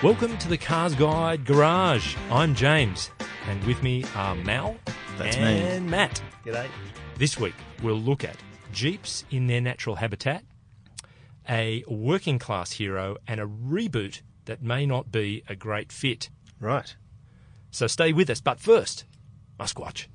Welcome to the Cars Guide Garage. I'm James, and with me are Mal That's me. and Matt. G'day. This week, we'll look at Jeeps in their natural habitat, a working class hero, and a reboot that may not be a great fit. Right. So stay with us, but first, Musquatch.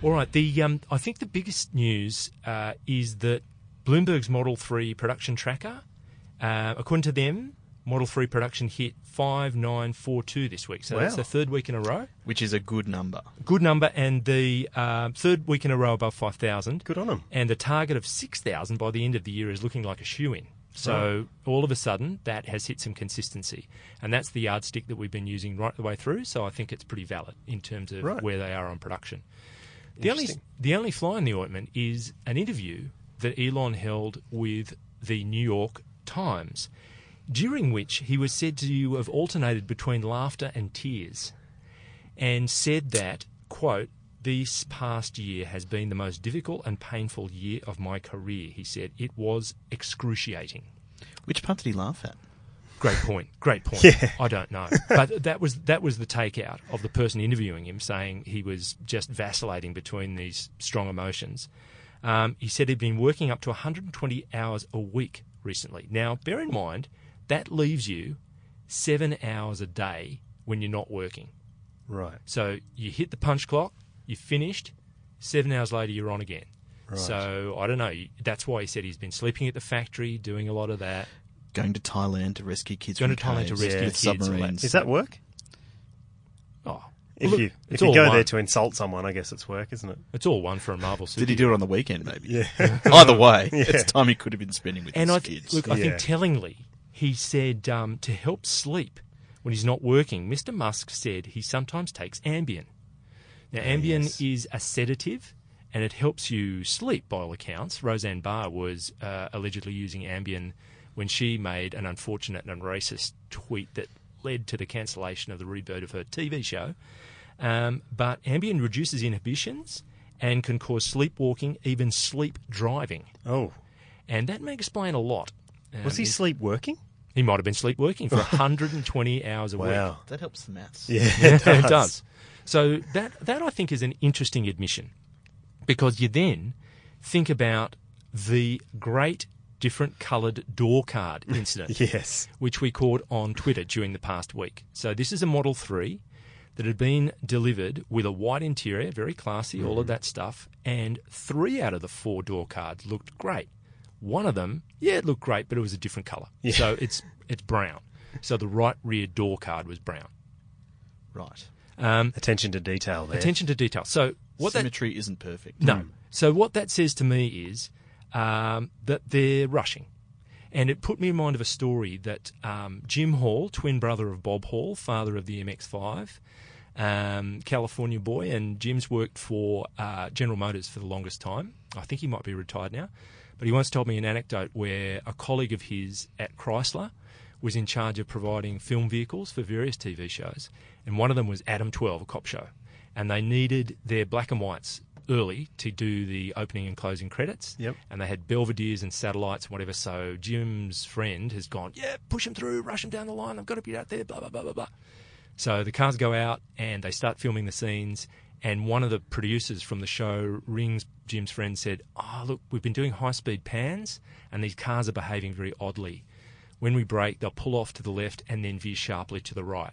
All right. The um, I think the biggest news uh, is that Bloomberg's Model Three production tracker, uh, according to them, Model Three production hit five nine four two this week. So that's Wow. the third week in a row. Which is a good number. Good number, and the um third week in a row above five thousand Good on them. and the target of 6,000 by the end of the year is looking like a shoe in. So all of a sudden, that has hit some consistency. And that's the yardstick that we've been using right the way through. So I think it's pretty valid in terms of Right. where they are on production. The only, Interesting. the only fly in the ointment is an interview that Elon held with the New York Times, during which he was said to have alternated between laughter and tears and said that, quote, this past year has been the most difficult and painful year of my career, he said. It was excruciating. Which part did he laugh at? Great point. Great point. I don't know. But that was that was the takeout of the person interviewing him saying he was just vacillating between these strong emotions. Um, he said he'd been working up to 120 hours a week recently. Now, bear in mind, that leaves you seven hours a day when you're not working. Right. So you hit the punch clock, you finished. Seven hours later, you're on again. So I don't know. That's why he said he's been sleeping at the factory, doing a lot of that. Going to Thailand to rescue kids. Going from to Thailand to caves rescue with kids, all that. submarines. Is that work? Oh, If look, you if it's you all go one. there to insult someone, I guess it's work, isn't it? it's all one for a Marvel super. Did he do it on the weekend? Maybe. Yeah. Either way, it's time he could have been spending with and his I th- kids. look, I think Yeah. tellingly, he said um, to help sleep when he's not working. Mr. Musk said he sometimes takes Ambien. Now, Ambien is a sedative, and it helps you sleep. By all accounts, Roseanne Barr was uh, allegedly using Ambien when she made an unfortunate and racist tweet that led to the cancellation of the rebirth of her TV show. Um, but Ambien reduces inhibitions and can cause sleepwalking, even sleep driving Oh, and that may explain a lot. Um, was he he, sleep working? he might have been sleep working for 120 hours a week. that helps the maths. Yeah, it does. So that that I think is an interesting admission, because you then think about the great different coloured door card incident, Yes. which we caught on Twitter during the past week. So this is a Model Three that had been delivered with a white interior, very classy, all of that stuff, and three out of the four door cards looked great. One of them, yeah, it looked great, but it was a different colour. So it's it's brown. So the right rear door card was brown. Right. Um, Attention to detail there. attention to detail. So what that Symmetry is isn't perfect. no. So what that says to me is um, that they're rushing, and it put me in mind of a story that um, Jim Hall, twin brother of Bob Hall, father of the MX5, um, California boy, and Jim's worked for uh, General Motors for the longest time. I think he might be retired now, but he once told me an anecdote where a colleague of his at Chrysler was in charge of providing film vehicles for various TV shows, and one of them was Adam 12, a cop show. And they needed their black and whites early to do the opening and closing credits. Yep. And they had Belvedere's and satellites and whatever. So Jim's friend has gone, yeah, push him through, rush him down the line. I've got to be out there, blah, blah, blah, blah, blah. So the cars go out and they start filming the scenes. And one of the producers from the show rings Jim's friend said, Oh, look, we've been doing high speed pans and these cars are behaving very oddly. When we brake, they'll pull off to the left and then veer sharply to the right.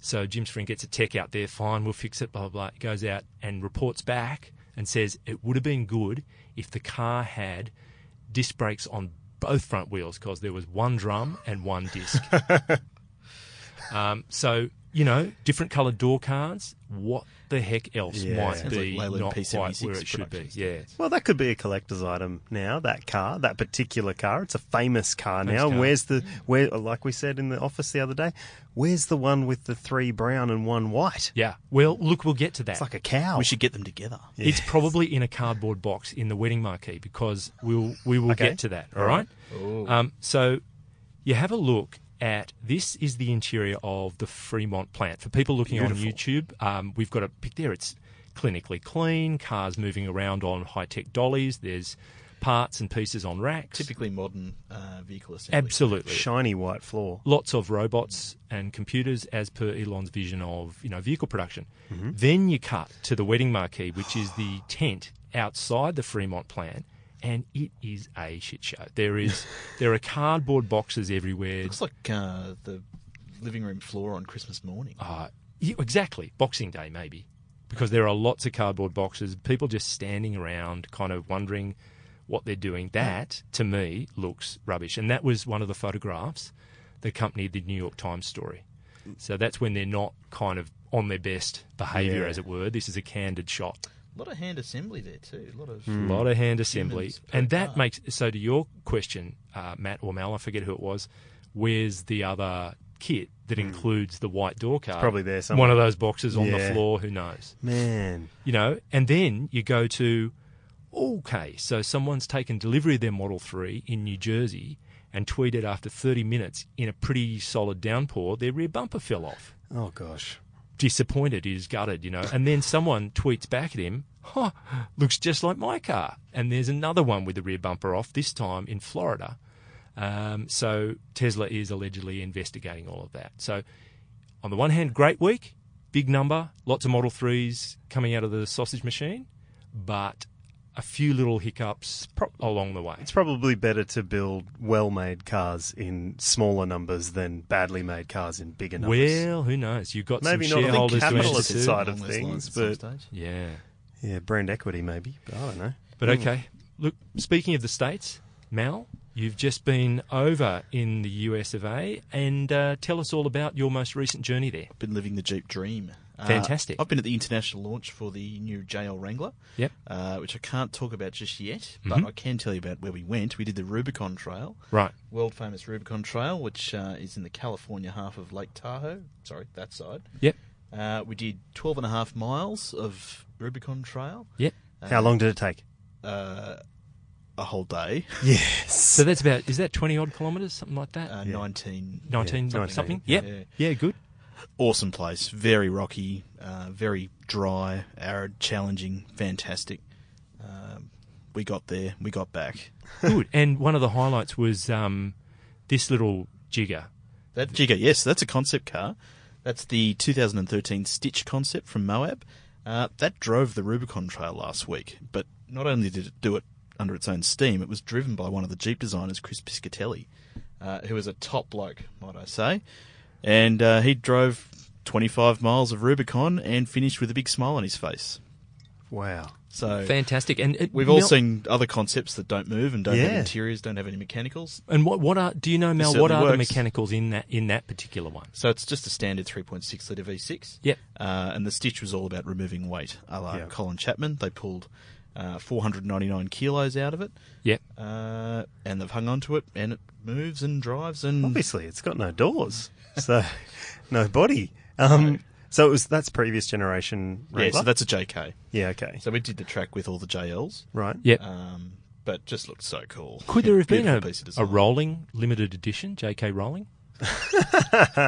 So Jim's friend gets a tech out there, fine, we'll fix it, blah, blah, blah. He goes out and reports back and says, It would have been good if the car had disc brakes on both front wheels because there was one drum and one disc. Um, so you know, different coloured door cards. What the heck else Yeah. might Sounds be like Leyland not quite P76 where it should be? productions. Yeah, Well, that could be a collector's item now. That car, that particular car, it's a famous car now. car. Where's the where? Like we said in the office the other day, where's the one with the three brown and one white? yeah. Well, look, we'll get to that. It's like a cow. We should get them together. It's probably in a cardboard box in the wedding marquee because we'll we will Okay. get to that. All right. Um, so you have a look at this is the interior of the Fremont plant. For people looking on YouTube, um, we've got a pic there. It's clinically clean, cars moving around on high tech dollies. There's parts and pieces on racks. Typically modern uh, vehicle assembly. Absolutely. Shiny white floor. Lots of robots and computers, as per Elon's vision of you know vehicle production. Then you cut to the wedding marquee, which is the tent outside the Fremont plant, and it is a shit show. There is there are cardboard boxes everywhere. Looks like uh, the living room floor on Christmas morning. Uh, yeah, exactly. Boxing Day, maybe. Because there are lots of cardboard boxes, people just standing around, kind of wondering what they're doing. That, to me, looks rubbish. And that was one of the photographs that accompanied the New York Times story. So that's when they're not kind of on their best behavior, Yeah. as it were. This is a candid shot. A lot of hand assembly there too. A lot of Mm. A lot of hand assembly. Humans play And that cards. makes. So, to your question, uh, Matt or Mal, I forget who it was, where's the other kit that includes the white door card? Hmm. probably there One somewhere. of those boxes on the Yeah. floor, who knows? Man. you know, and then you go to, okay, so someone's taken delivery of their Model 3 in New Jersey and tweeted after 30 minutes in a pretty solid downpour, their rear bumper fell off. Oh, gosh. Disappointed, he is gutted, you know. And then someone tweets back at him, huh, looks just like my car. And there's another one with the rear bumper off, this time in Florida. Um, so Tesla is allegedly investigating all of that. So, on the one hand, great week, big number, lots of Model 3s coming out of the sausage machine, but a few little hiccups pro- along the way. It's probably better to build well made cars in smaller numbers than badly made cars in bigger numbers. Well, who knows? You've got Maybe some not shareholders the to capitalist answer to. side of along those things, lines at but- some stage. Yeah. Yeah, brand equity maybe, but I don't know. But okay, look, speaking of the States, Mal, you've just been over in the US of A, and uh, tell us all about your most recent journey there. been living the Jeep dream. Uh, Fantastic. I've been at the international launch for the new JL Wrangler. Yep. Uh, which I can't talk about just yet, but I can tell you about where we went. We did the Rubicon Trail, Right. world famous Rubicon Trail, which uh, is in the California half of Lake Tahoe. Sorry, that side. Yep. Uh, we did 12 and a half miles of Rubicon Trail, Yep. How long did it take? a whole day, Yes. So that's about, is that 20 odd kilometres, something like that? uh, 19. 19 Yeah, something? 19, Yep. yeah. Yeah, good. Awesome place, very rocky, uh, very dry, arid, challenging, fantastic. Um, we got there, we got back. Good. And one of the highlights was um, this little jigger. That Jigger, yes, that's a concept car. That's the 2013 Stitch concept from Moab. Uh, that drove the Rubicon Trail last week, but not only did it do it under its own steam, it was driven by one of the Jeep designers, Chris Piscatelli, uh, who is a top bloke, might I say. And uh, he drove 25 miles of Rubicon and finished with a big smile on his face. Wow. So Fantastic. And uh, it, we've all Mel- seen other concepts that don't move and don't have Yeah. interiors, don't have any mechanicals. And what, what are, do you know, Mel, what certainly are the works. mechanicals in that, in that particular one? So it's just a standard 3.6 litre V6. Yep. Uh, and the stitch was all about removing weight, a la Yeah. Colin Chapman. They pulled uh, 499 kilos out of it, Yep. uh, and they've hung on to it, and it moves and drives. And Obviously, it's got no doors, so no body. Um, so it was that's previous generation yeah, Wrangler. so that's a JK. yeah, okay, So we did the track with all the JLs, right. Yep. um, but just looked so cool. Could there have been Beautiful a, piece of a design. rolling limited edition, J.K. Rowling?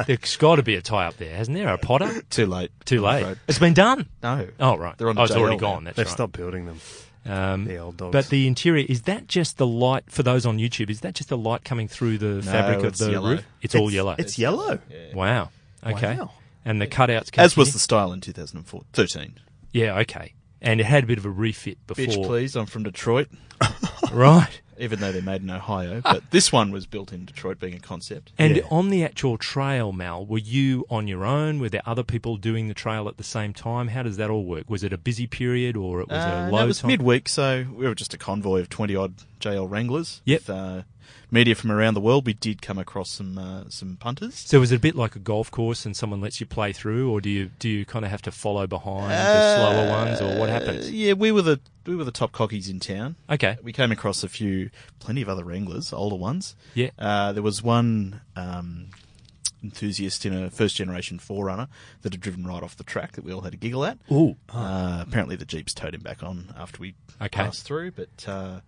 There's got to be a tie up there, hasn't there? A Potter? Too late. Too I'm late. afraid. It's been done. No. Oh right, They're on oh, it's JL already now. gone. That's They've right. stopped building them. Um, The old dogs. but the interior is that just the light for those on YouTube? Is that just the light coming through the fabric of it's the yellow. roof? It's, all yellow. It's yellow. wow. Okay. Wow. And the cutouts. As was continue? the style in 2013. yeah. Okay. And it had a bit of a refit before, Bitch, please. I'm from Detroit, right? even though they're made in Ohio. But this one was built in Detroit, being a concept. And Yeah. on the actual trail, Mal, were you on your own? Were there other people doing the trail at the same time? How does that all work? Was it a busy period or it was Uh, a no, low it was time? midweek, so we were just a convoy of 20 odd JL Wranglers. Yep. With, uh, media from around the world, we did come across some uh, some punters. So was it a bit like a golf course, and someone lets you play through, or do you do you kind of have to follow behind the slower ones, or what Uh, happens? yeah, we were the we were the top cockies in town. Okay, We came across a few, plenty of other Wranglers, older ones. Yeah. Uh, there was one um, enthusiast in a first generation Forerunner that had driven right off the track that we all had a giggle at. Ooh. Uh, apparently the Jeep's towed him back on after we Okay. passed through, but uh,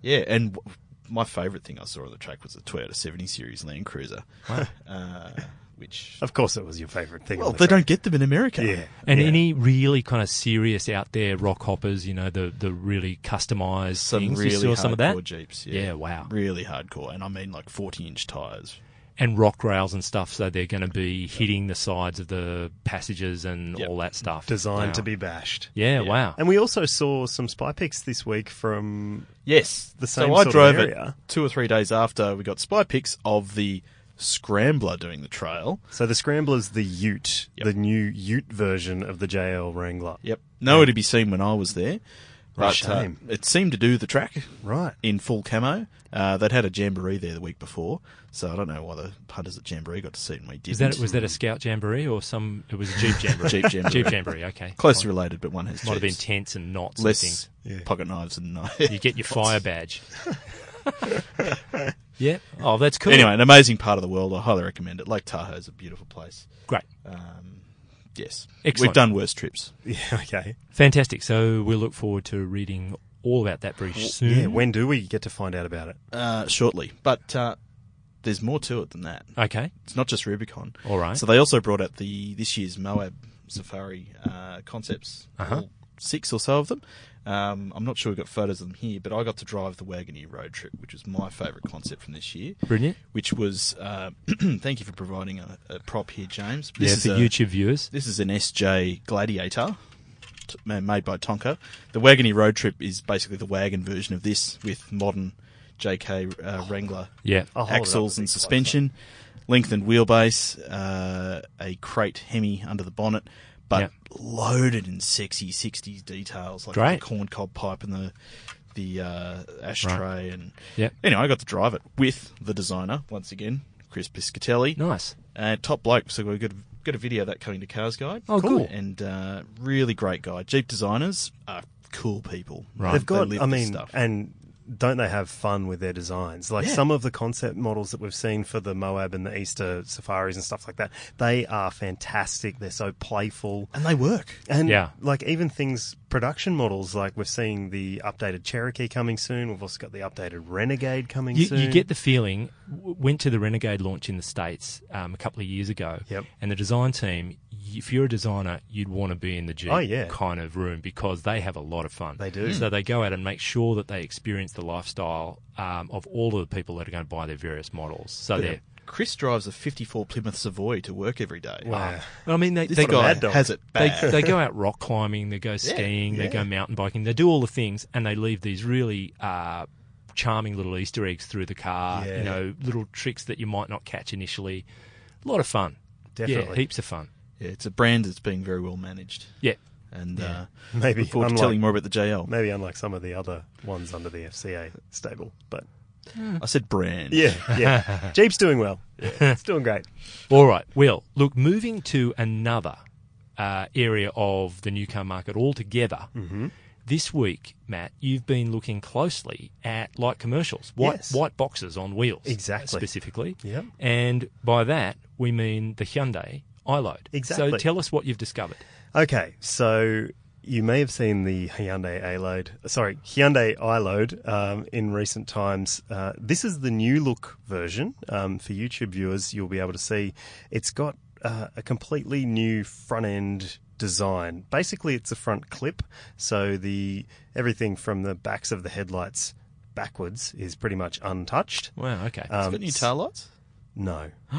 yeah, and w- my favourite thing I saw on the track was the Toyota 70 Series Land Cruiser, uh, which Of course, it was your favourite thing. on well the they track. don't get them in America. Yeah, And yeah. any really kind of serious out there rock hoppers, you know, the the really customized some things. really you saw some of that, hardcore Jeeps. Yeah, wow. really hardcore, and I mean like 40 inch tires. and rock rails and stuff. So they're going to be hitting the sides of the passages and Yep. all that stuff. designed Wow. to be bashed. Yeah, Yeah. wow. And we also saw some spy picks this week from Yes, The same So sort I of drove area. it two or three days after we got spy pics of the Scrambler doing the trail. so the Scrambler's the Ute, Yep. the new Ute version of the JL Wrangler. Yep, nowhere to be seen when I was there, but uh, shame. it seemed to do the track Right. in full camo. Uh, they'd had a jamboree there the week before, so I don't know why the punters at jamboree got to see it and we didn't. Is that was that a scout jamboree or some? It was a jeep jamboree. Jeep jamboree? Jeep jamboree. Okay. Closely Might, related, but one has might have been Jeeps. tents and knots. and less things. pocket knives and knives. You get your fire badge. yeah. Oh, that's cool. anyway, an amazing part of the world. I highly recommend it. Lake Tahoe's a beautiful place. great, Um, yes, Excellent. we've done worse trips. Yeah, okay. fantastic. So we'll look forward to reading all about that very soon. Yeah, when do we get to find out about it? uh, shortly. But uh, there's more to it than that. okay. It's not just Rubicon. All right. So they also brought out the this year's Moab Safari uh, concepts, Uh-huh. all six or so of them. Um, I'm not sure we've got photos of them here, but I got to drive the Wagoneer road trip, which was my favourite concept from this year. Brilliant. Which was uh, thank you for providing a, a prop here, James. This is yeah, a- for YouTube viewers. This is an SJ Gladiator t- ma- made by Tonka. The Wagoneer road trip is basically the wagon version of this with modern JK uh, Wrangler Yeah. I'll hold it up axles a bit and closer. suspension, lengthened wheelbase, uh, a crate Hemi under the bonnet, but Yep. loaded in sexy '60s details like Great. the corncob pipe and the the uh, ashtray and Yep. anyway, I got to drive it with the designer once again, Chris Piscatelli, Nice. uh, top bloke. So we've got a, got a video of that coming to Cars Guide. Oh, cool. And uh, really great guy. Jeep designers are cool people. Right. They They've live I this mean, stuff. and don't they have fun with their designs? Like Yeah. some of the concept models that we've seen for the Moab and the Easter safaris and stuff like that, they are fantastic. They're so playful. and they work. And Yeah. like even things production models, like we're seeing the updated Cherokee coming soon. We've also got the updated Renegade coming You, soon. you get the feeling. w- Went to the Renegade launch in the states um, a couple of years ago, Yep. and the design team. y- If you're a designer, you'd want to be in the Jeep Oh, yeah. kind of room because they have a lot of fun. They do. So they go out and make sure that they experience the lifestyle um, of all of the people that are going to buy their various models. So they're. Chris drives a 54 Plymouth Savoy to work every day. Ah, Wow. I mean, they, This they What a go guy mad dog. has it they, bad. they go out rock climbing, they go skiing, they yeah. go mountain biking, they do all the things, and they leave these really uh, charming little Easter eggs through the car. Yeah. You know, little tricks that you might not catch initially. A lot of fun. yeah, Definitely. heaps of fun. Yeah, it's a brand that's being very well managed. Yeah, And uh, maybe look forward unlike, to telling more about the JL. maybe unlike some of the other ones under the FCA stable, but I said brand. yeah, yeah, Jeep's doing well. it's doing great. All right, Will. Look, moving to another uh, area of the new car market altogether. Mm-hmm. This week, Matt, you've been looking closely at light commercials, white Yes. white boxes on wheels, Exactly. specifically. Yep. And by that, we mean the Hyundai iLoad. So Exactly. tell us what you've discovered. Okay, so you may have seen the Hyundai A-Load, sorry, Hyundai i-Load um, in recent times. Uh, this is the new look version. Um, for YouTube viewers, you'll be able to see it's got uh, a completely new front end design. Basically, it's a front clip, so the everything from the backs of the headlights backwards is pretty much untouched. Um, Wow. Okay. It's got new tail lights. No.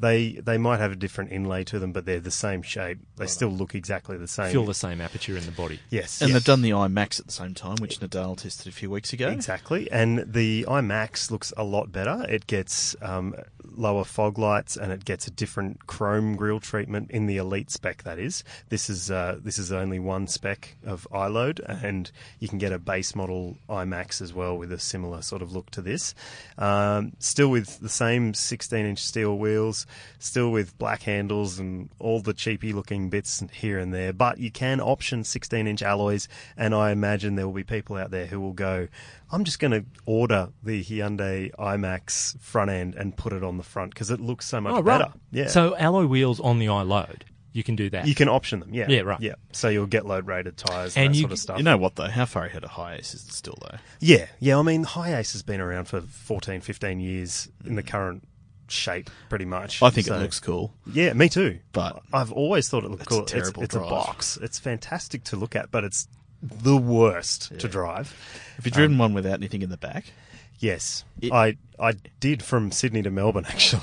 They they might have a different inlay to them, but they're the same shape. They still look exactly the same. Feel the same aperture in the body. Yes. And yes. they've done the iMax at the same time, which Nadal tested a few weeks ago. Exactly. And the IMAX looks a lot better. It gets um, lower fog lights and it gets a different chrome grille treatment in the Elite spec, that is. This is uh, this is only one spec of iLoad, and you can get a base model IMAX as well with a similar sort of look to this. Um, still with the same 16 inch steel wheels, still with black handles and all the cheapy looking bits here and there. But you can option 16 inch alloys, and I imagine there will be people out there who will go, I'm just going to order the Hyundai IMAX front end and put it on the front because it looks so much Oh, right. better. Yeah. So alloy wheels on the iLoad. You can do that. You can option them, yeah. Yeah, right. Yeah. So you'll get load rated tires and, And that you sort of g- stuff. You know what though? How far ahead of High Ace is it still though? yeah, yeah. I mean, High Ace has been around for 14, 15 years in Mm. the current shape, pretty much. I think So- it looks cool. Yeah, me too. But- I've always thought it looked It's a cool. It's, terrible it's a drive. box. It's fantastic to look at, but it's the worst to drive. Have you Um, driven one without anything in the back? Yes, It- Oh. I I did from Sydney to Melbourne actually.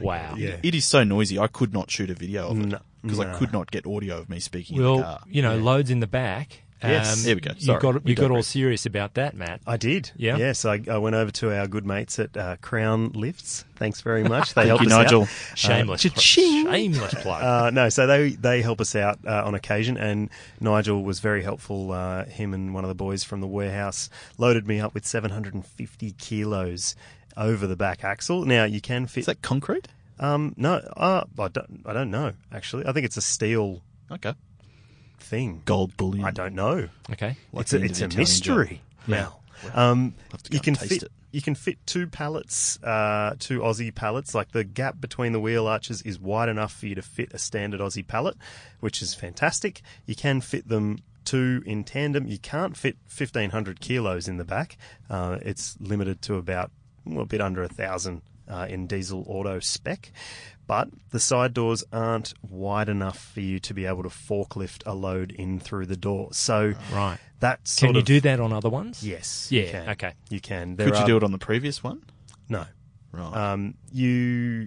wow. Yeah. It is so noisy. I could not shoot a video of it No, because no. I could not get audio of me speaking in the Well, car. you know, loads in the back. uh, Yes. There we go. You Sorry. got We you got all digress. serious about that, Matt. I did. Yeah? Yes, I, I went over to our good mates at uh, Crown Lifts. Thanks very much. They Thank helped you, us out. Nigel. Shameless, pl- cha-ching. shameless plug. Uh, no, so they they help us out uh, on occasion, and Nigel was very helpful. Uh, him and one of the boys from the warehouse loaded me up with 750 kilos over the back axle. Now you can fit. Is that concrete? um, no, uh, I don't. I don't know. Actually, I think it's a steel Okay. thing. Gold bullion. I don't know. okay. Like it's a, the end it's of a the Italian job. mystery now. Um, have to go you and can taste fit it. you can fit two pallets, uh, two Aussie pallets. Like the gap between the wheel arches is wide enough for you to fit a standard Aussie pallet, which is fantastic. You can fit them two in tandem. You can't fit fifteen hundred kilos in the back. Uh, it's limited to about well, a bit under a thousand. Uh, in diesel auto spec, but the side doors aren't wide enough for you to be able to forklift a load in through the door. So, Right. that sort Can you of, do that on other ones? Yes. Yeah. You can. Okay. You can. Could you do it on the previous one? Uh, No. Right. Um, you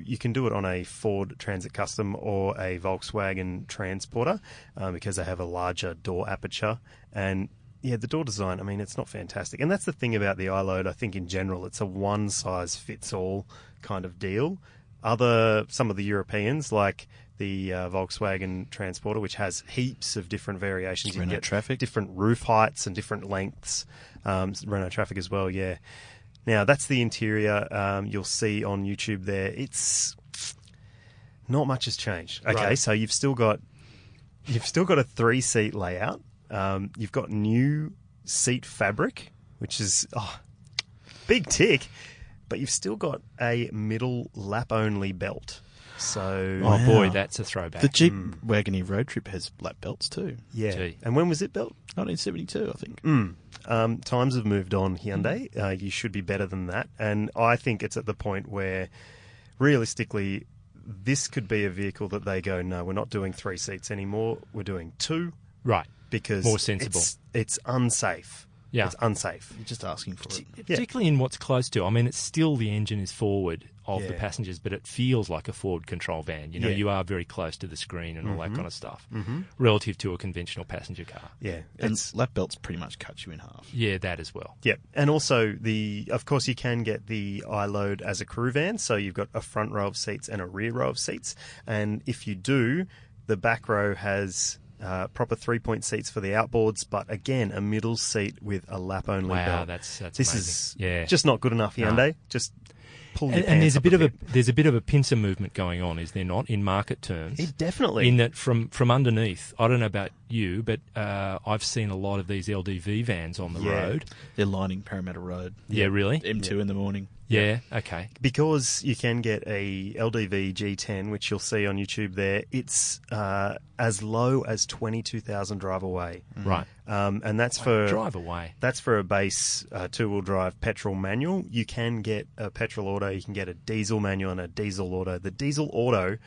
you can do it on a Ford Transit Custom or a Volkswagen Transporter um, because they have a larger door aperture and yeah the door design I mean it's not fantastic and that's the thing about the iLoad I think in general it's a one size fits all kind of deal. Other some of the Europeans like the uh, Volkswagen Transporter which has heaps of different variations. Renault Traffic. different roof heights and different lengths. Um, Renault Traffic as well, yeah. Now that's the interior. Um, you'll see on YouTube there. It's not much has changed. Okay, Right. so you've still got you've still got a three seat layout. Um, you've got new seat fabric, which is oh, big tick, but you've still got a middle lap only belt. So Oh boy, Wow. that's a throwback. the Jeep Wagoneer Road Trip has lap belts too. yeah, Gee. and when was it built? 1972, I think. Um, times have moved on, Hyundai. Mm-hmm. Uh, you should be better than that. And I think it's at the point where, realistically, this could be a vehicle that they go, no, we're not doing three seats anymore. We're doing two right. because More sensible. It's, it's unsafe. Yeah. it's unsafe. You're just asking for it. Particularly in what's close to. I mean, it's still the engine is forward of the Yeah. passengers, but it feels like a forward control van. You know, Yeah. Mm-hmm. you are very close to the screen and all that kind of stuff relative to a conventional passenger car. Yeah, And it's lap belts pretty much cut you in half. Yeah, that as well. yeah, and also the of course you can get the iLoad as a crew van, so you've got a front row of seats and a rear row of seats, and if you do, the back row has. Uh, proper three point seats for the outboards, but again, a middle seat with a lap only Wow, belt. that's- that's this amazing. is Yeah. just not good enough, Hyundai. Just pull your And, pants and there's a up bit of a bit. there's a bit of a pincer movement going on, is there not, in market terms? It definitely In that from from underneath, I don't know about you, but uh, I've seen a lot of these LDV vans on the Yeah. road. They're lining Parramatta Road. Yeah, really. M2 in the morning. Yeah. Okay. because you can get a LDV G10, which you'll see on YouTube there. It's uh, as low as twenty two thousand drive away. Right. Um, and that's for Drive away. That's for a base uh, two-wheel drive petrol manual. You can get a petrol auto, you can get a diesel manual and a diesel auto. The diesel auto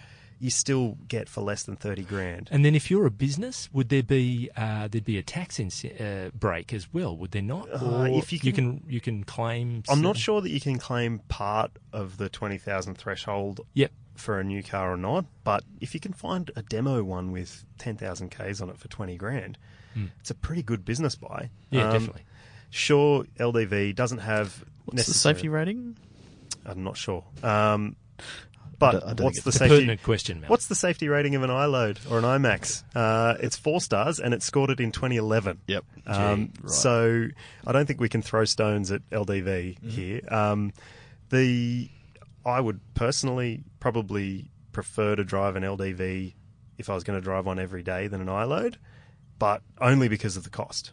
you still get for less than 30 grand. And then, if you're a business, would there be uh, there'd be a tax ince- uh, break as well? Would there not? Uh, if you you can- can you can claim. I'm not certain- sure that you can claim part of the 20,000 threshold Yep. for a new car or not, but if you can find a demo one with 10,000 Ks on it for 20 grand, Hmm. it's a pretty good business buy. Yeah, Um, definitely. Sure, LDV doesn't have What's necessary- the safety rating? I'm not sure. Um, but I don't think what's it's the It's a safety? pertinent question, Mel. What's the safety rating of an iLoad or an IMAX? Uh, it's four stars and it scored it in 2011. Yep. Um, Gee, right. So I don't think we can throw stones at LDV Mm-hmm. here. Um, the I would personally probably prefer to drive an LDV if I was going to drive one every day than an iLoad, but only because of the cost.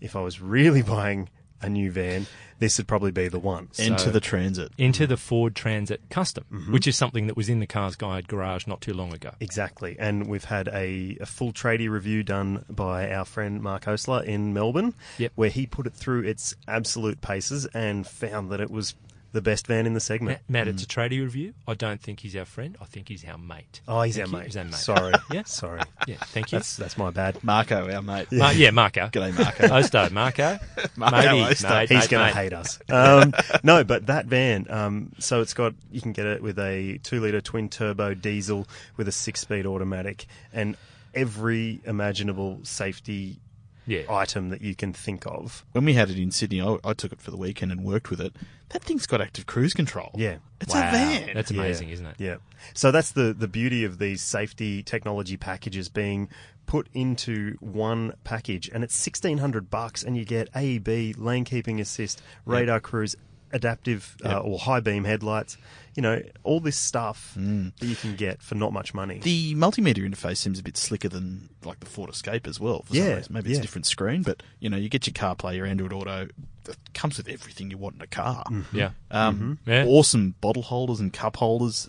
If I was really buying a new van, this would probably be the one. So- Enter So- the transit. into the Ford Transit Custom, Mm-hmm. which is something that was in the Cars Guide garage not too long ago. Exactly. And we've had a, a full tradie review done by our friend Mark Osler in Melbourne, Yep. where he put it through its absolute paces and found that it was the best van in the segment. Matt, Matt Mm. it's a tradie review. I don't think he's our friend. I think he's our mate. Oh, he's our Thank you. mate. He's our mate. Sorry. Yeah. Sorry. Yeah, thank you. That's, that's my bad. Marco, our mate. Mar- yeah, Marco. G'day, Marco. Osto, Marco. Marco Matey, Oster. mate, He's mate, going mate. to hate us. Um, no, but that van. Um, so it's got you can get it with a two-liter twin-turbo diesel with a six-speed automatic and every imaginable safety Yeah. item that you can think of. When we had it in Sydney, I, I took it for the weekend and worked with it. That thing's got active cruise control. Yeah. It's Wow. a van. That's amazing, isn't it? Yeah. So that's the, the beauty of these safety technology packages being put into one package and it's 1600 bucks and you get AEB, lane keeping assist, radar cruise, adaptive uh, or high beam headlights, you know, all this stuff that you can get for not much money. The multimedia interface seems a bit slicker than like the Ford Escape as well. For Yeah, some reason. maybe it's yeah. a different screen, but you know, you get your CarPlay, your Android Auto. It comes with everything you want in a car. Mm. Yeah. Um, Mm-hmm. Mhm. Yeah. Awesome bottle holders and cup holders.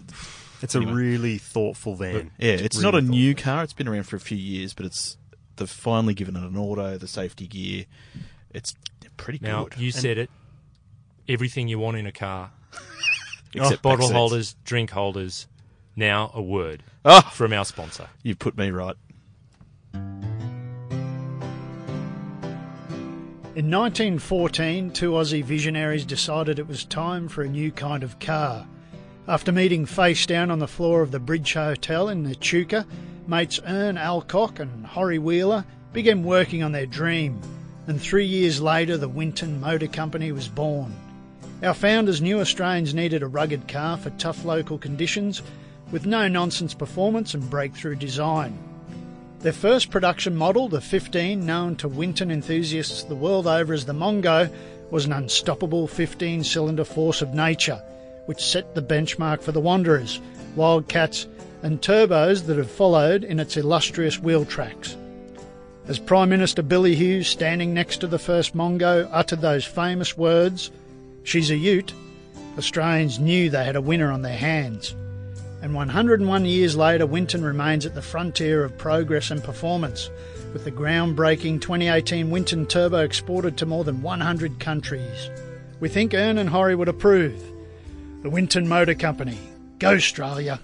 it's a really thoughtful van. Yeah, it's really not a new car. It's been around for a few years, but it's they've finally given it an auto, the safety gear. It's pretty Now, good. you said it. Everything you want in a car, Oh, Except bottle back seats. holders, drink holders. Now, a word Ah! from our sponsor. You put me right. In 1914, two Aussie visionaries decided it was time for a new kind of car. After meeting face down on the floor of the Bridge Hotel in Echuca, mates Ern Alcock and Horry Wheeler began working on their dream, and three years later, the Winton Motor Company was born. Our founders knew Australians needed a rugged car for tough local conditions with no nonsense performance and breakthrough design. Their first production model, the 15, known to Winton enthusiasts the world over as the Mongo, was an unstoppable 15 cylinder force of nature, which set the benchmark for the Wanderers, Wildcats, and Turbos that have followed in its illustrious wheel tracks. As Prime Minister Billy Hughes, standing next to the first Mongo, uttered those famous words, She's a Ute, Australians knew they had a winner on their hands and 101 years later, Winton remains at the frontier of progress and performance, with the groundbreaking 2018 Winton Turbo exported to more than 100 countries. We think Ern and Horry would approve. The Winton Motor Company. Go, Australia!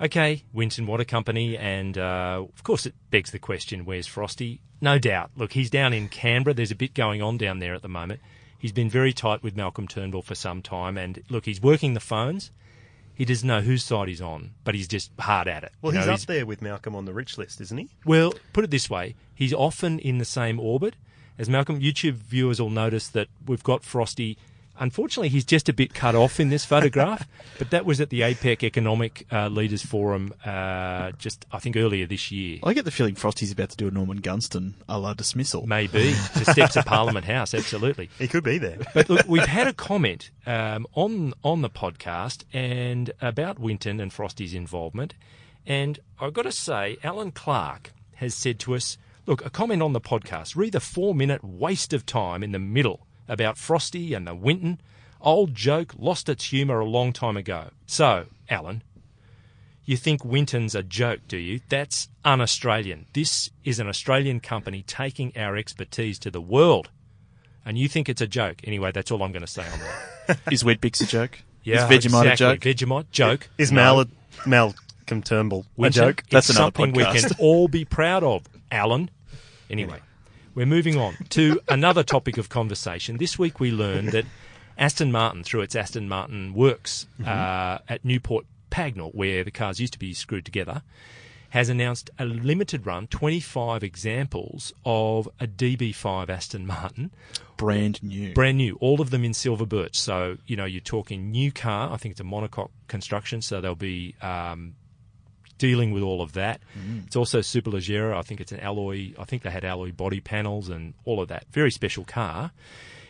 Okay, Winton Water Company, and uh, of course it begs the question: Where's Frosty? No doubt. Look, he's down in Canberra. There's a bit going on down there at the moment. He's been very tight with Malcolm Turnbull for some time, and look, he's working the phones. He doesn't know whose side he's on, but he's just hard at it. Well, You he's know, up there with Malcolm on the rich list, isn't he? well, put it this way: he's often in the same orbit as Malcolm. YouTube viewers will notice that we've got Frosty. Unfortunately, he's just a bit cut off in this photograph, but that was at the APEC Economic uh, Leaders Forum uh, just, I think, earlier this year. I get the feeling Frosty's about to do a Norman Gunston a la dismissal. Maybe the steps of Parliament House, absolutely. He could be there. But look, we've had a comment um, on on the podcast and about Winton and Frosty's involvement, and I've got to say, Alan Clark has said to us, "Look, a comment on the podcast. Read the four-minute waste of time in the middle about Frosty and the Winton. Old joke lost its humour a long time ago." So, Alan, you think Winton's a joke, do you? That's un Australian. This is an Australian company taking our expertise to the world. And you think it's a joke. Anyway, that's all I'm going to say on that. Is Wetbix a joke? Yeah, Is Vegemite exactly. a joke? Vegemite, joke. Is Mal Malcolm Turnbull a Winton, joke? It's That's another something we can podcast. all be proud of, Alan. Anyway, we're moving on to another topic of conversation. This week we learned that Aston Martin, through its Aston Martin Works Mm-hmm. uh, at Newport Pagnell, where the cars used to be screwed together, has announced a limited run, 25 examples of a DB5 Aston Martin Brand new. brand new, all of them in silver birch. So you know you're talking new car. I think it's a monocoque construction, so they'll be um, dealing with all of that. It's also superleggera. I think it's an alloy. I think they had alloy body panels and all of that. Very special car.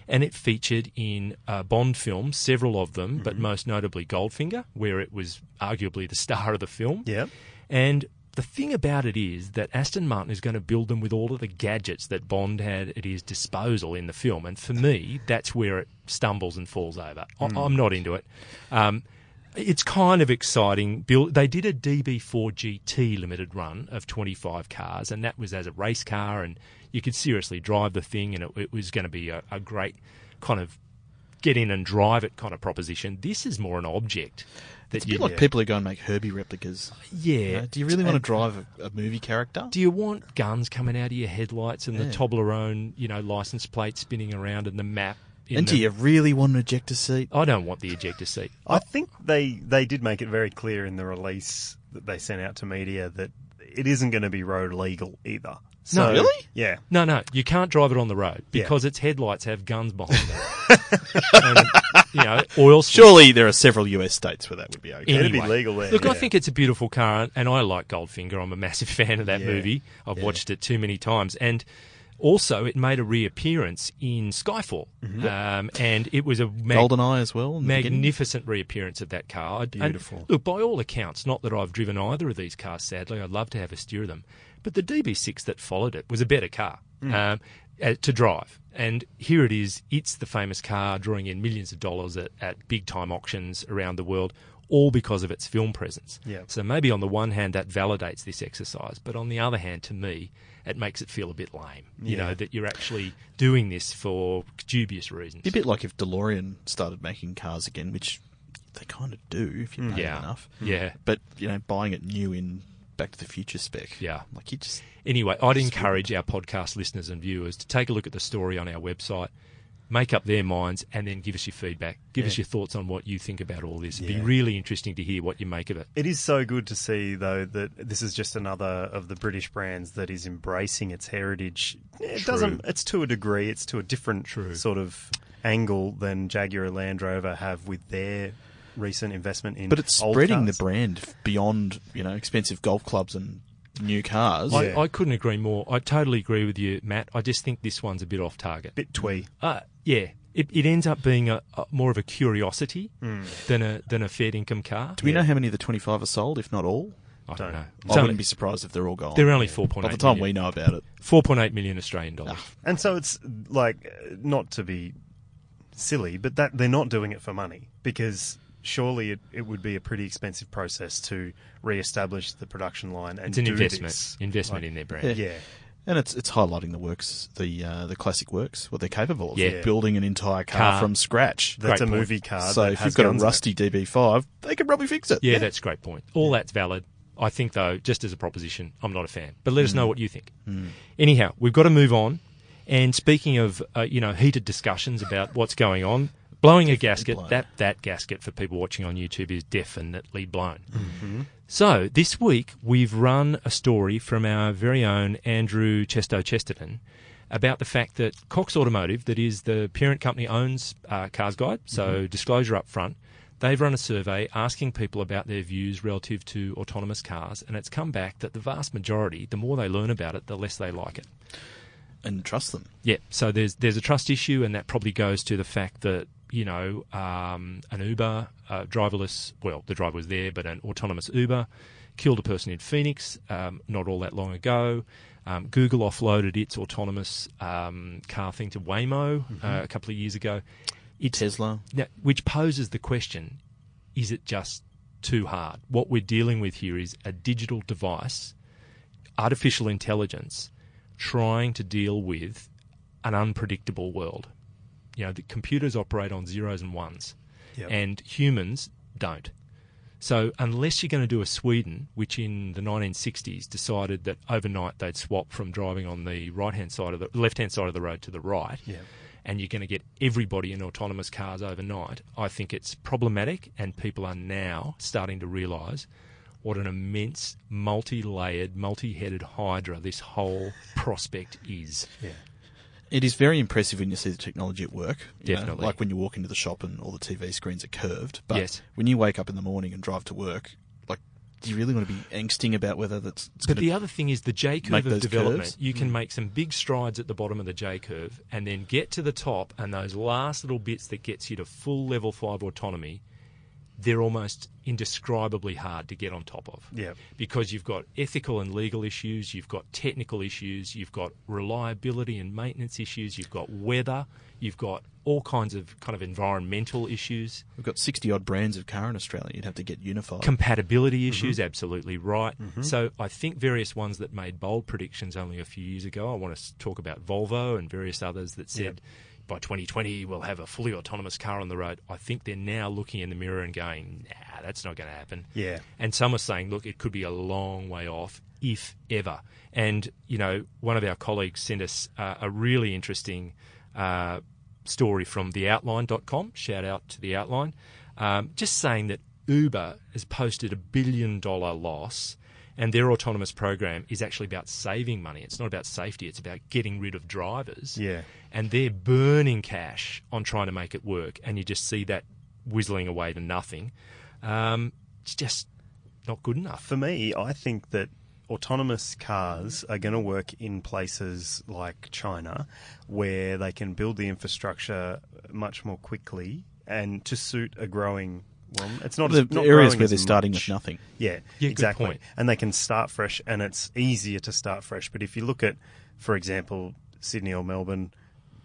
And it featured in uh, Bond films, several of them, but most notably Goldfinger, where it was arguably the star of the film. Yep. And The thing about it is that Aston Martin is going to build them with all of the gadgets that Bond had at his disposal in the film, and for me, that's where it stumbles and falls over. I- I'm not into it. Um, it's kind of exciting. Bill, they did a DB4 GT limited run of 25 cars, and that was as a race car, and you could seriously drive the thing, and it, it was going to be a, a great kind of get in and drive it kind of proposition. This is more an object that It's a you bit like people who go and make Herbie replicas. yeah. You know, do you really want to drive a, a movie character? Do you want guns coming out of your headlights and the Toblerone, you know, license plate spinning around and the map? In and the- do you really want an ejector seat? I don't want the ejector seat. I think they they did make it very clear in the release that they sent out to media that it isn't going to be road legal either. So, really? Yeah. No, no, you can't drive it on the road Yeah. because its headlights have guns behind them. and, you know, oil. slick. Surely there are several US states where that would be okay. Anyway. It'd be legal there, Look, I yeah. think it's a beautiful car, and I like Goldfinger. I'm a massive fan of that Yeah. movie. I've watched it too many times, and also it made a reappearance in Skyfall, Mm-hmm. um, and it was a mag- Golden Eye as well. in the beginning. magnificent reappearance of that car. I'd- and Beautiful. look, by all accounts, not that I've driven either of these cars, sadly. I'd love to have a steer of them. But the DB6 that followed it was a better car um, uh, to drive. And here it is. It's the famous car drawing in millions of dollars at, at big time auctions around the world, all because of its film presence. Yeah. So maybe on the one hand, that validates this exercise. But on the other hand, to me, it makes it feel a bit lame, you know, that you're actually doing this for dubious reasons. Be a bit like if DeLorean started making cars again, which they kind of do if you pay Yeah. enough. Yeah. But you know, buying it new in Back to the Future spec. Yeah. like you just Anyway, I'd encourage our podcast listeners and viewers to take a look at the story on our website, make up their minds, and then give us your feedback. Give us your thoughts on what you think about all this. It'd Yeah. be really interesting to hear what you make of it. It is so good to see, though, that this is just another of the British brands that is embracing its heritage. It doesn't. It's to a degree. It's to a different sort of angle than Jaguar Land Rover have with their recent investment in. but it's old spreading the cars. brand f- beyond you know expensive golf clubs and new cars. Yeah. I, I couldn't agree more. I totally agree with you, Matt. I just think this one's a bit off target. bit twee. Uh, yeah, it, it ends up being a, a more of a curiosity Hmm. than a than a fair income car. do we know how many of the twenty five are sold? If not all, I don't know. It's I only- wouldn't be surprised if they're all gone. they're only four point by the eight time million. we know Ah, about it, four point eight million Australian dollars. And so it's like uh, not to be silly, but that they're not doing it for money because surely it, it would be a pretty expensive process to re-establish the production line and It's an do investment this. investment in their brand. Yeah. Yeah. and it's it's highlighting the works, the uh, the classic works, what they're capable of. Yeah. They're building an entire car, Car. from scratch. That's Great a point. movie card. so that if has you've got a guns in it. rusty DB five, they could probably fix it. Yeah, that's a great point. All that's valid. I think, though, just as a proposition, I'm not a fan. But let us know what you think. Anyhow, we've got to move on. And speaking of, uh, you know, heated discussions about what's going on, blowing a gasket, blown. that, that gasket for people watching on YouTube is definitely blown. So this week, we've run a story from our very own Andrew Chesto Chesterton about the fact that Cox Automotive, that is the parent company, owns uh, Cars Guide, so disclosure up front. They've run a survey asking people about their views relative to autonomous cars, and it's come back that the vast majority, the more they learn about it, the less they like it. and trust them. Yeah, so there's there's a trust issue, and that probably goes to the fact that you know um, an Uber uh, driverless, well, the driver was there, but an autonomous Uber killed a person in Phoenix um, not all that long ago. Um, Google offloaded its autonomous um, car thing to Waymo uh, a couple of years ago. It's Tesla. now, which poses the question is it just too hard? What we're dealing with here is a digital device, artificial intelligence, trying to deal with an unpredictable world. You know, the computers operate on zeros and ones, Yep. and humans don't. So, unless you're going to do a Sweden, which in the 1960s decided that overnight they'd swap from driving on the right hand side of the left hand side of the road to the right, Yeah. and you're going to get everybody in autonomous cars overnight, I think it's problematic, and people are now starting to realise what an immense, multi layered, multi headed hydra this whole prospect is. It is very impressive when you see the technology at work. you know, Definitely. like when you walk into the shop and all the TV screens are curved. But Yes. when you wake up in the morning and drive to work, like, do you really want to be angsting about whether that's it's But gonna, the other thing is the J make curve of those development. curves? Hmm. You can make some big strides at the bottom of the J curve and then get to the top, and those last little bits that gets you to full level five autonomy they're almost indescribably hard to get on top of. Yeah. Because you've got ethical and legal issues, you've got technical issues, you've got reliability and maintenance issues, you've got weather, you've got all kinds of kind of environmental issues, We've got 60 odd brands of car in Australia. You'd have to get unified. compatibility issues, absolutely right. So I think various ones that made bold predictions only a few years ago, I want to s- talk about Volvo and various others that said by 2020 we'll have a fully autonomous car on the road. I think they're now looking in the mirror and going, nah, that's not going to happen. Yeah. And some are saying, look, it could be a long way off, if ever. And, you know, one of our colleagues sent us uh, a really interesting uh, story from theoutline.com. Shout out to the outline. Um, just saying that Uber has posted a billion dollar loss. And their autonomous program is actually about saving money. It's not about safety. It's about getting rid of drivers Yeah. and they're burning cash on trying to make it work, and you just see that whizzling away to nothing. Um, it's just not good enough. For me, I think that autonomous cars are going to work in places like China where they can build the infrastructure much more quickly and to suit a growing well, it's not the as, not areas growing where as they're starting much. with nothing. Yeah, good exactly. point. And they can start fresh, and it's easier to start fresh. But if you look at, for example, Sydney or Melbourne,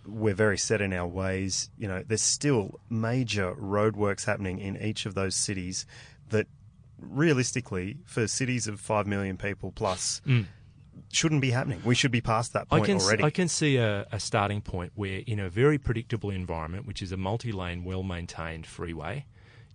we're very set in our ways. You know, there's still major roadworks happening in each of those cities that, realistically, for cities of five million people plus, shouldn't be happening. We should be past that Mm. I point can s- already. I can see a, a starting point where, in a very predictable environment, which is a multi-lane, well-maintained freeway,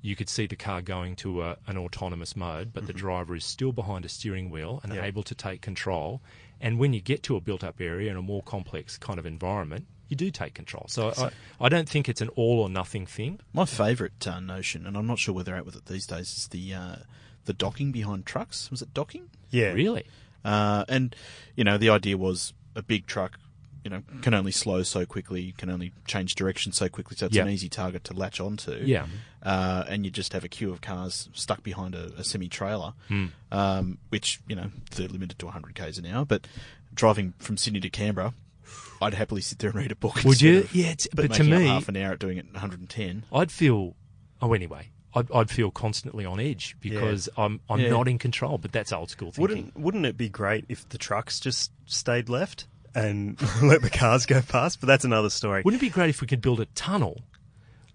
you could see the car going to a, an autonomous mode, but the driver is still behind a steering wheel and Mm-hmm. Yeah. able to take control. And when you get to a built-up area and a more complex kind of environment, you do take control. So, I, I don't think it's an all or nothing thing. My favourite uh, notion, and I'm not sure where they're at with it these days, is the uh, the docking behind trucks. Was it docking? yeah, Really? Uh, and you know, the idea was a big truck, you know, can only slow so quickly, can only change direction so quickly, so it's Yeah. an easy target to latch onto. Yeah. Uh, and you just have a queue of cars stuck behind a, a semi trailer, Hmm. um, which you know they're limited to 100 k's an hour. But driving from Sydney to Canberra, I'd happily sit there and read a book. Would instead you? of- Yeah, it's- but to making up me- half an hour at doing it 110. I'd feel. Oh, anyway, I'd, I'd feel constantly on edge because I'm I'm Yeah. not in control. But that's old school thinking. Wouldn't wouldn't it be great if the trucks just stayed left and let the cars go past? But that's another story. Wouldn't it be great if we could build a tunnel?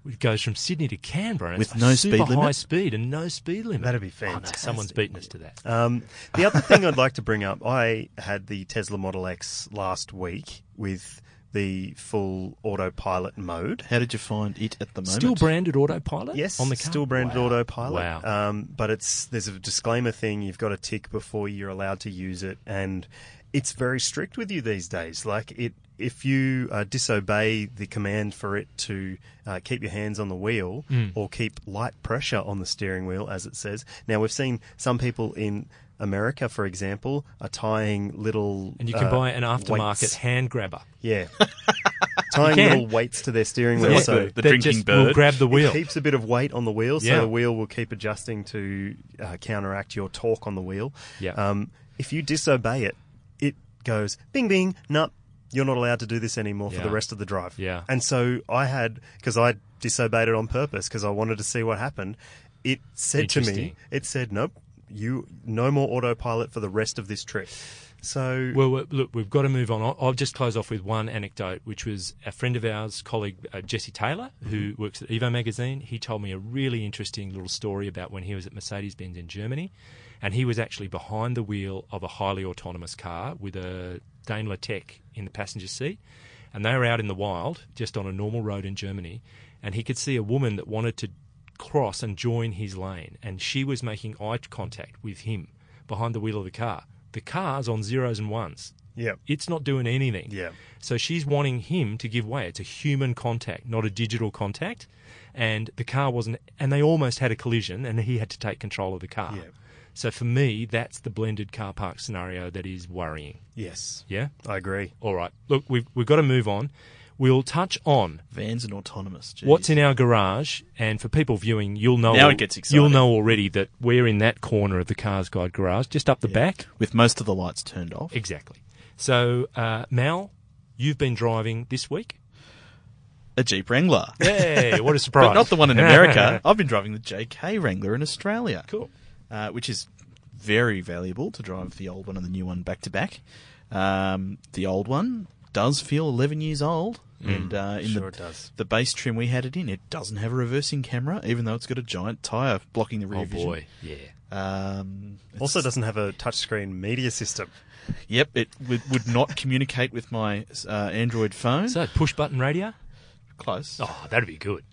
It goes from Sydney to Canberra and With it's no super speed limit? high speed and no speed limit. That'd be Oh, no, someone's fantastic. beaten us to that. Um, the other thing I'd like to bring up, I had the Tesla Model X last week with the full autopilot mode. How did you find it at the moment? Still branded autopilot. Yes, on the car? still branded Wow. autopilot. Wow. Um, but it's there's a disclaimer thing you've got to tick before you're allowed to use it, and it's very strict with you these days. Like it, if you uh, disobey the command for it to uh, keep your hands on the wheel Mm. or keep light pressure on the steering wheel, as it says. Now we've seen some people in. America, for example, are tying little and you can uh, buy an aftermarket weights. hand grabber. Yeah, tying can. little weights to their steering that wheel. what So the- the that drinking just will bird? grab the wheel. it keeps a bit of weight on the wheel, so Yeah. the wheel will keep adjusting to uh, counteract your torque on the wheel. Yeah. Um, if you disobey it, it goes bing bing. Nope, you're not allowed to do this anymore for Yeah. the rest of the drive. Yeah. And so I had because I disobeyed it on purpose because I wanted to see what happened. It said to Interesting. me, it said, nope, you no more autopilot for the rest of this trip. So Well, we- look, we've got to move on. I'll- I'll just close off with one anecdote, which was a friend of ours, colleague uh, Jesse Taylor, who works at Evo magazine. He told me a really interesting little story about when he was at Mercedes Benz in Germany, and he was actually behind the wheel of a highly autonomous car with a Daimler Tech in the passenger seat, and they were out in the wild, just on a normal road in Germany, and he could see a woman that wanted to cross and join his lane, and she was making eye contact with him behind the wheel of the car. The car's on zeros and ones. yeah, It's not doing anything. Yeah. So she's wanting him to give way. It's a human contact, not a digital contact. And the car wasn't, and they almost had a collision, and he had to take control of the car. Yeah. So for me, that's the blended car park scenario that is worrying. yes, Yeah. I agree. All right. Look, we've we've got to move on. We'll touch on Vans and autonomous. Jeez. what's in our garage, and for people viewing, you'll know Now it gets exciting. You'll know already that we're in that corner of the Cars Guide garage, just up the back. With most of the lights turned off. Exactly. So, uh, Mal, you've been driving this week. a Jeep Wrangler. Hey, what a surprise! But not the one in America. Oh, I've been driving the JK Wrangler in Australia. cool. uh, which is very valuable to drive the old one and the new one back to back. Um, the old one does feel 11 years old, Mm, and uh, in sure the, it does. the base trim we had it in, it doesn't have a reversing camera, even though it's got a giant tire blocking the rear Oh vision. boy, yeah. Um, Also it's- doesn't have a touchscreen media system. Yep, it would, would not communicate with my uh, Android phone. So push button radio. Close. Oh, that'd be good.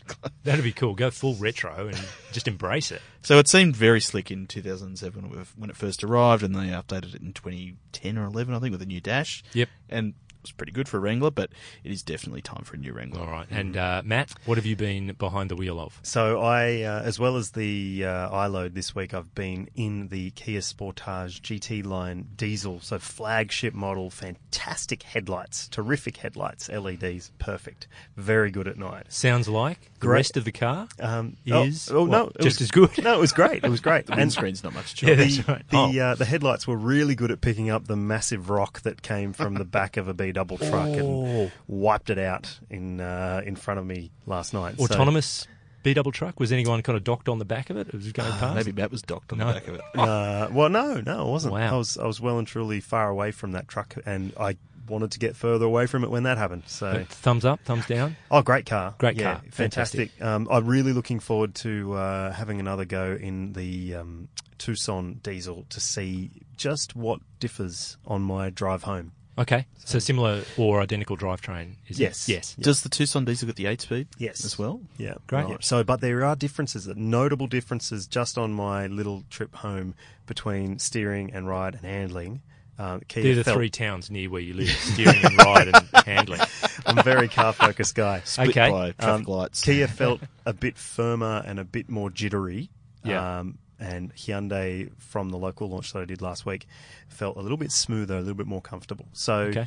That'd be cool. Go full retro and just embrace it. So it seemed very slick in 2007 when it- when it first arrived, and they updated it in 2010 or 11, I think, with a new dash. Yep. And it was pretty good for a Wrangler, but it is definitely time for a new Wrangler. All right. And uh, Matt, what have you been behind the wheel of? So I, uh, as well as the uh, iLoad this week, I've been in the Kia Sportage GT line diesel, so flagship model, fantastic headlights, terrific headlights, LEDs, perfect, very good at night. Sounds like the Great. rest of the car. Um, Is oh, oh no, what, it just was- as good? No, it was great. It was great. The windscreen's not much Yeah, choice. that's the, right. the, Oh. uh, the headlights were really good at picking up the massive rock that came from the back of a B double truck Oh. and wiped it out in uh, in front of me last night. So- Autonomous B double truck. Was anyone kind of docked on the back of it? It was going past. Maybe Matt was docked on No. the back of it. Uh, well, no, no, I wasn't. Wow. I was I was well and truly far away from that truck, and I wanted to get further away from it when that happened. So, But thumbs up, thumbs down. oh, great car, Great Yeah, car. fantastic. Um, I'm really looking forward to uh, having another go in the um, Tucson diesel to see just what differs on my drive home. Okay. So similar or identical drivetrain. Is Yes. It? Yes. Does the Tucson diesel get the eight speed? Yes. As well? Yeah, Great. right. So, but there are differences, notable differences, just on my little trip home between steering and ride and handling. Um, Kia They're the felt- three towns near where you live: steering, and ride, and handling. I'm a very car focused guy. Split Okay. by traffic lights. Um, Kia felt a bit firmer and a bit more jittery. Yeah. Um, and Hyundai from the local launch that I did last week felt a little bit smoother, a little bit more comfortable. So Okay.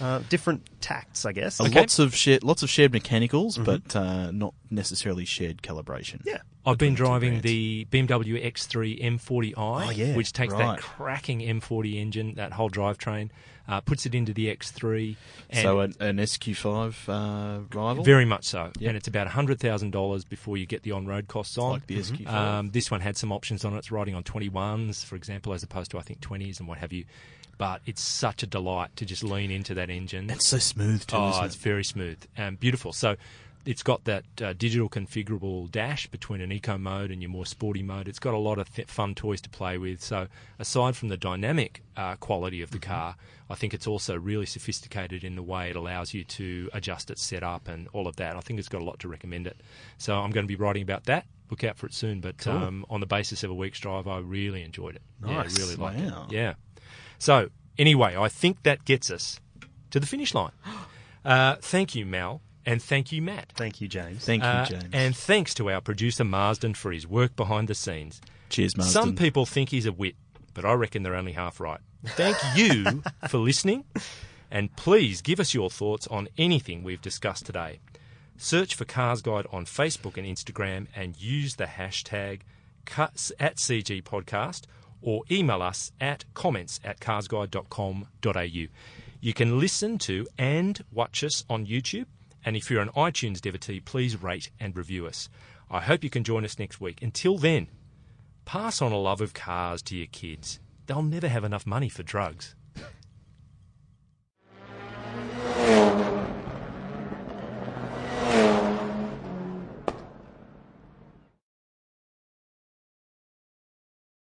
uh, different tacts, I guess. Uh, Lots of shared, lots of shared mechanicals, Mm-hmm. but uh, not necessarily shared calibration. Yeah. I've been driving brands. the BMW X3 M40i, yeah, which takes Oh, right. that cracking M40 engine, that whole drivetrain, uh, puts it into the X3. And So an, an SQ5 uh, rival. Very much so. Yep. And it's about $100,000 before you get the on road costs on. like the SQ5. Um, this one had some options on it. It's riding on 21s, for example, as opposed to, I think, 20s and what have you. But it's such a delight to just lean into that engine. It's so smooth too. Oh, isn't it's it? very smooth and beautiful. So it's got that uh, digital configurable dash between an eco mode and your more sporty mode. It's got a lot of th- fun toys to play with. So aside from the dynamic uh, quality of the Mm-hmm. car, I think it's also really sophisticated in the way it allows you to adjust its setup and all of that. I think it's got a lot to recommend it. So I'm going to be writing about that. Look out for it soon. But um, on the basis of a week's drive, I really enjoyed it. Nice. Yeah, I really liked it. Wow. Yeah. So anyway, I think that gets us to the finish line. Uh, thank you, Mel, and thank you, Matt. Thank you, James. Thank Uh, you, James. and thanks to our producer Marsden for his work behind the scenes. cheers, Marsden. Some people think he's a wit, but I reckon they're only half right. Thank you for listening, and please give us your thoughts on anything we've discussed today. Search for Cars Guide on Facebook and Instagram and use the hashtag cuts at CG Podcast or email us at comments at carsguide.com.au. You can listen to and watch us on YouTube. And if you're an iTunes devotee, please rate and review us. I hope you can join us next week. Until then, Pass on a love of cars to your kids. They'll never have enough money for drugs.